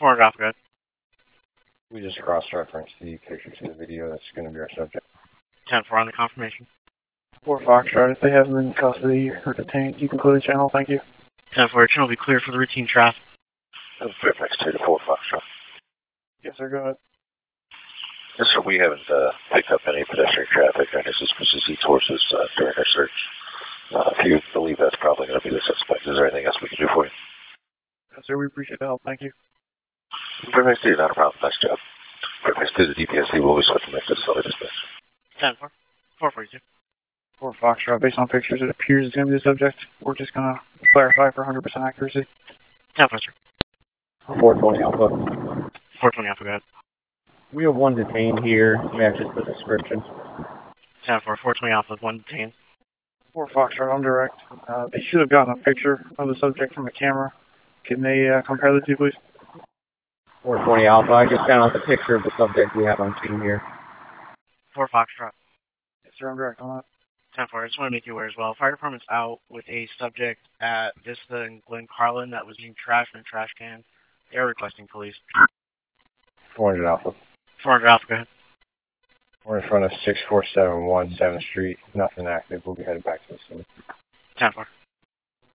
Morning, Dr. Ed. We just cross-reference the picture to the video. That's going to be our subject. 10 4 on the confirmation. Or Foxtrot, if they have them in custody or detained, you can clear the channel. Thank you. 10 4, channel be clear for the routine traffic. Fairfax 2 to 4 Foxtrot. Yes, sir. Go ahead. Yes, sir, we haven't uh, picked up any pedestrian traffic or any suspicious e-torches uh, during our search. Uh, if you believe that's probably going to be the suspect, is there anything else we can do for you? Yes, sir. We appreciate the help. Thank you. Fairfax 2, not a problem. Nice job. Fairfax 2 to DPSC will be switching back to the facility dispatch. 10 4. 442. Or Foxtrot, based on pictures, it appears it's going to be the subject. We're just going to clarify for 100% accuracy. 10 4, sir. 420 Alpha. 420 Alpha, go ahead. We have one detained here, matches the description. 10 4, 420 Alpha, 1 detained. Or Foxtrot, I'm direct. Uh, they should have gotten a picture of the subject from the camera. Can they uh, compare the two, please? 420 Alpha, I just found out the picture of the subject we have on scene here. 4 Foxtrot. Yes, sir. I'm direct on that. 10 4, I just want to make you aware as well. Fire department's out with a subject at Vista and Glen Carlin that was being trashed in a trash can. They are requesting police. 400 Alpha. 400 Alpha, go ahead. We're in front of 6471 7th Street. Nothing active. We'll be headed back to the scene. 10 4.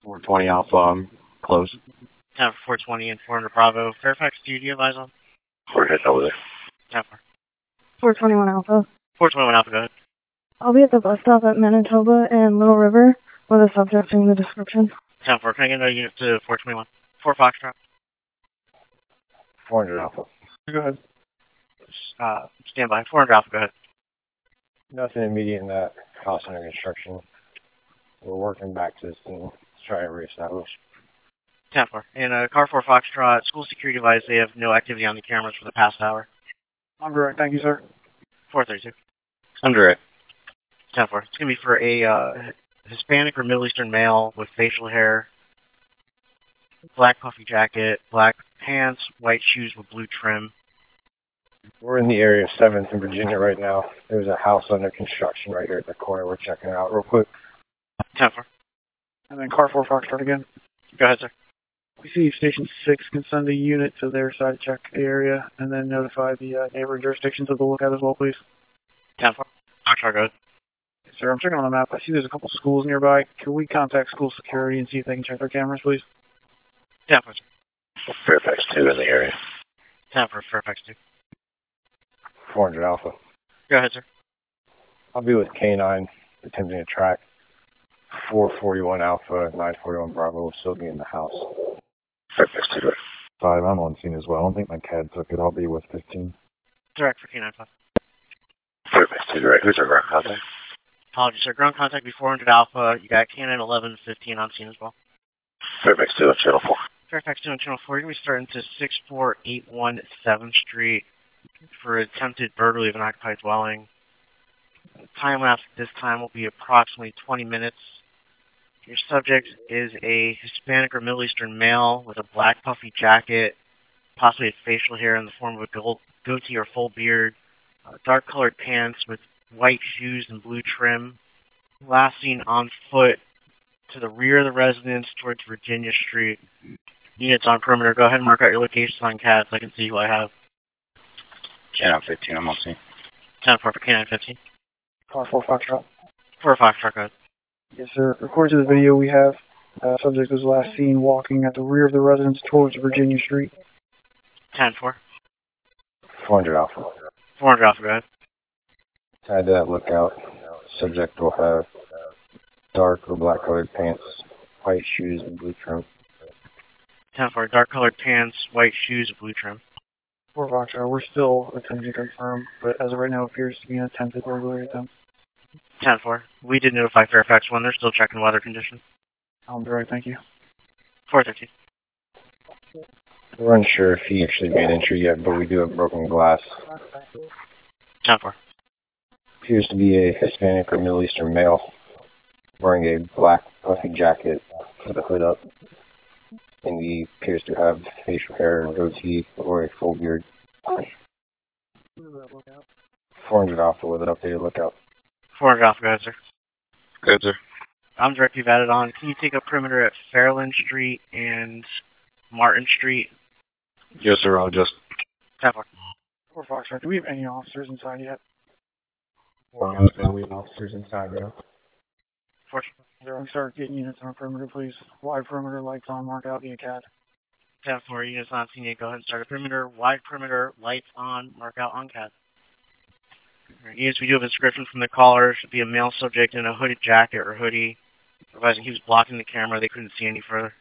420 Alpha, um, close. 10 4, 420 and 400 Bravo. Fairfax, do you advise on? We're heading over there. 10 4. 421 Alpha. 421 Alpha, go ahead. I'll be at the bus stop at Manitoba and Little River with a subject in the description. 10 4, can I get another unit to 421? 4 Foxtrot. 400 Alpha. Go ahead. Uh, stand by. 400 Alpha, go ahead. Nothing immediate in that house under construction. We're working back to the scene. Let's try and reestablish. 10 4. And uh, Car 4 Foxtrot, school security advise they have no activity on the cameras for the past hour. I'm direct. Thank you, sir. 432. I'm direct. 10 4. It's going to be for a uh, Hispanic or Middle Eastern male with facial hair, black puffy jacket, black pants, white shoes with blue trim. We're in the area of 7th in Virginia right now. There's a house under construction right here at the corner. We're checking it out real quick. 10 4. And then car four Foxtrot again. Go ahead, sir. We see if Station 6 can send a unit to their side to check the area and then notify the uh, neighboring jurisdictions of the lookout as well, please. 10 4. Foxtrot, go ahead. Yes, sir. I'm checking on the map. I see there's a couple schools nearby. Can we contact school security and see if they can check their cameras, please? 10 4, sir. Fairfax 2 in the area. 10 4, Fairfax 2. 400 Alpha. Go ahead, sir. I'll be with K9 attempting to track 441 Alpha, 941 Bravo. We'll still be in the house. Fairfax 2 direct. 5, I'm on scene as well. I don't think my CAD took it. I'll be with 15. Direct for K9 Plus. Fairfax 2 direct. Who's our ground contact? Apologies, sir. Ground contact be 400 Alpha. You got K9 1115 on scene as well. Fairfax 2 on channel 4. Fairfax 2 on channel 4. You're going to be starting to 6481 7th Street for attempted burglary of an occupied dwelling. Time lapse this time will be approximately 20 minutes. Your subject is a Hispanic or Middle Eastern male with a black puffy jacket, possibly a facial hair in the form of a go- goatee or full beard, uh, dark colored pants with white shoes and blue trim. Last seen on foot to the rear of the residence towards Virginia Street. Units on perimeter. Go ahead and mark out your locations on CAD so I can see who I have. Channel 15, I'm on scene. 10 4 for K915. Car four Foxtrot. 4 Foxtrot code. Yes, sir. According to the video we have, uh, subject was last seen walking at the rear of the residence towards Virginia Street. 10 4. 400 Alpha. 400 Alpha, go ahead. Tied to that lookout. Subject will have uh, dark or black colored pants, white shoes, and blue trim. 10 4. Dark colored pants, white shoes, and blue trim. Or Foxtrot, uh, we're still attempting to confirm, but as of right now appears to be an attempted burglary attempt. 10 4. We did notify Fairfax 1. They're still checking weather conditions. I'm direct. Thank you. 413. We're unsure if he actually made entry yet, but we do have broken glass. 10 4. Appears to be a Hispanic or Middle Eastern male wearing a black puffy jacket with a hood up. And he appears to have facial hair, goatee, or a full beard. 400 Alpha with an updated lookout. 400 Alpha, go ahead, sir. Good, sir. I'm direct. You've added on. Can you take a perimeter at Fairland Street and Martin Street Yes, sir. I'll just. Kevlar. Or Foxtrot, do we have any officers inside yet? Four hours now, we have officers inside, bro. Zero, start getting units on perimeter, please. Wide perimeter, lights on, mark out via CAD. 10 4, units on senior, go ahead and start a perimeter, wide perimeter, lights on, mark out on CAD. Alright, units, we do have a description from the caller. Should be a male subject in a hooded jacket or hoodie. Realizing he was blocking the camera, they couldn't see any further.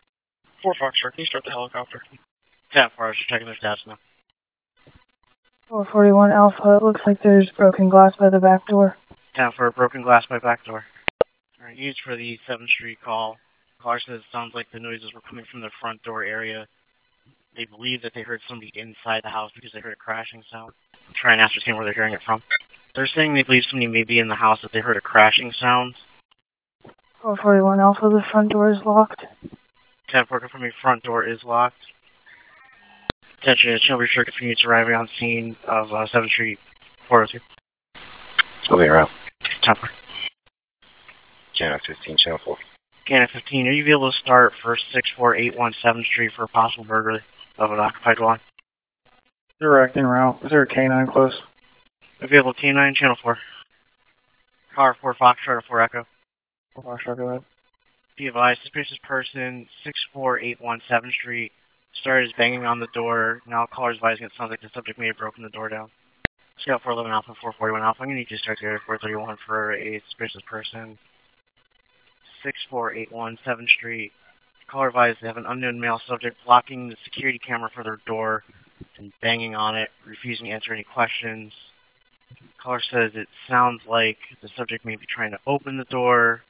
4 Foxtrot, can you start the helicopter? 10 4, I was just checking their stats now. 441 Alpha, it looks like there's broken glass by the back door. Time for a broken glass by back door. Alright, used for the 7th Street call. Caller says it sounds like the noises were coming from the front door area. They believe that they heard somebody inside the house because they heard a crashing sound. Try and ascertain where they're hearing it from. They're saying they believe somebody may be in the house that they heard a crashing sound. 441 Alpha, the front door is locked. Temp worker from your front door is locked. Attention, it's Shelby Circuit from units arriving on scene of uh, 7th Street 402. Moving around. Temp Channel 15, Channel 4. Cannon 15, are you able to start for 64817 Street for a possible burglary of an occupied dwelling? Direct en route. Is there a canine close? Available K9, Channel 4. Car 4 Foxtrot 4 Echo. 4 Foxtrot, go ahead. Be advised, suspicious person, 64817 Street, started banging on the door. Now caller's advising it sounds like the subject may have broken the door down. Scout 411 Alpha 441 Alpha, I'm going to need you to start the area 431 for a suspicious person, 64817 Street. Caller advised they have an unknown male subject blocking the security camera for their door and banging on it, refusing to answer any questions. Caller says it sounds like the subject may be trying to open the door.